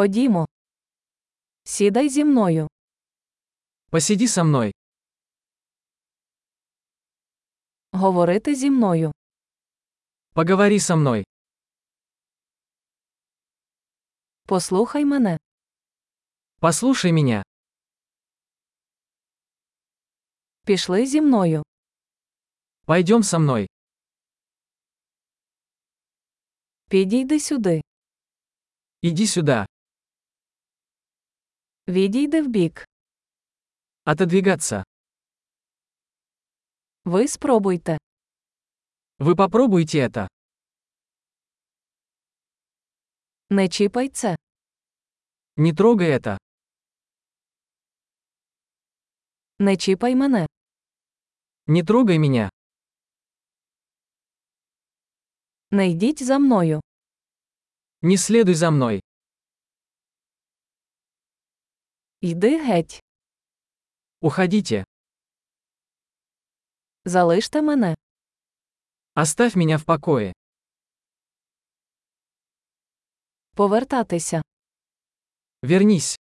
Ходімо. Сідай зі мною. Посиди со мной. Говорити зі мною. Поговори со мной. Послухай мене. Послушай меня. Пішли зі мною. Пойдем со мной. Підійди сюди. Иди сюда. Відійди вбік. Отодвигаться. Ви спробуйте. Вы попробуйте это. Не чіпай це. Не трогай это. Не чіпай мене. Не трогай меня. Не йдіть за мною. Не следуй за мной. Йди геть. Уходите. Залиште мене. Оставь меня в покое. Повертатися. Вернись.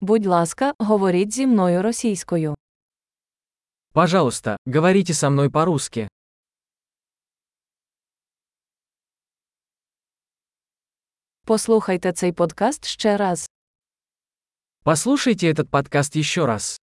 Будь ласка, говоріть зі мною російською. Пожалуйста, говорите со мной по-русски. Послухайте цей подкаст ще раз. Послушайте этот подкаст еще раз.